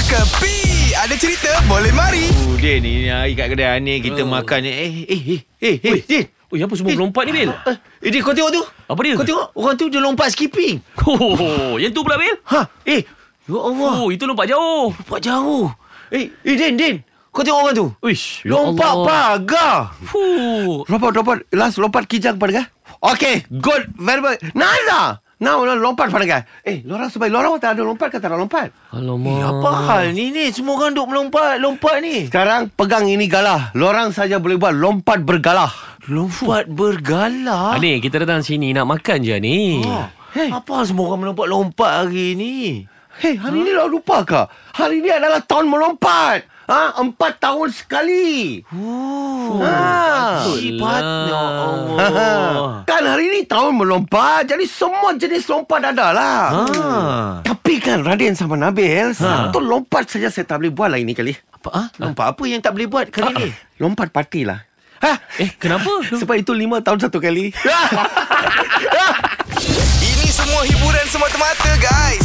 Kepi Ada cerita boleh mari Oh, Din ni hari kat kedai Anil kita Oh. makan ni. Eh eh eh eh eh Din. Oi, apa semua melompat ni, Bil? Eh, eh Din kau tengok tu. Apa dia? Kau tengok orang tu dia lompat skipping. Oh, yang tu pula, Bil? Ha. Eh. Ya Allah. Oh, itu lompat jauh. Lompat jauh. Eh eh Din Din. Kau tengok orang tu. Uish, ya Lompat pagar. Ya Fuh. Lompat, lompat. Last lompat kijang pada kan? Okay, good. Very good. lah. Nada. Now, nah, lompat pada kan? Eh, lorang sebaik. Lorang tak ada lompat ke tak ada lompat? Eh, Alamak. apa hal ni ni? Semua orang duk melompat, lompat ni. Sekarang pegang ini galah. Lorang saja boleh buat lompat bergalah. Lompat bergala. Ani, kita datang sini nak makan je, ni. Ha. Hey. Apa semua orang melompat-lompat hari ni? Hei, hari ini lorang lupa ke? Hari ini adalah tahun melompat. Ha, empat tahun sekali. Oh. Ha. Sifatnya Ha, Allah. ha. Kan hari ini tahun melompat Jadi semua jenis lompat ada lah Ah. Tapi kan Radin sama Nabil Satu lompat saja saya tak boleh buat lah ini kali Ha. Apa? Ha? Lompat apa yang tak boleh buat kali ni? Lompat parti lah Hah? Ha. Eh, kenapa? Sebab itu lima tahun satu kali Ini semua hiburan semata-mata guys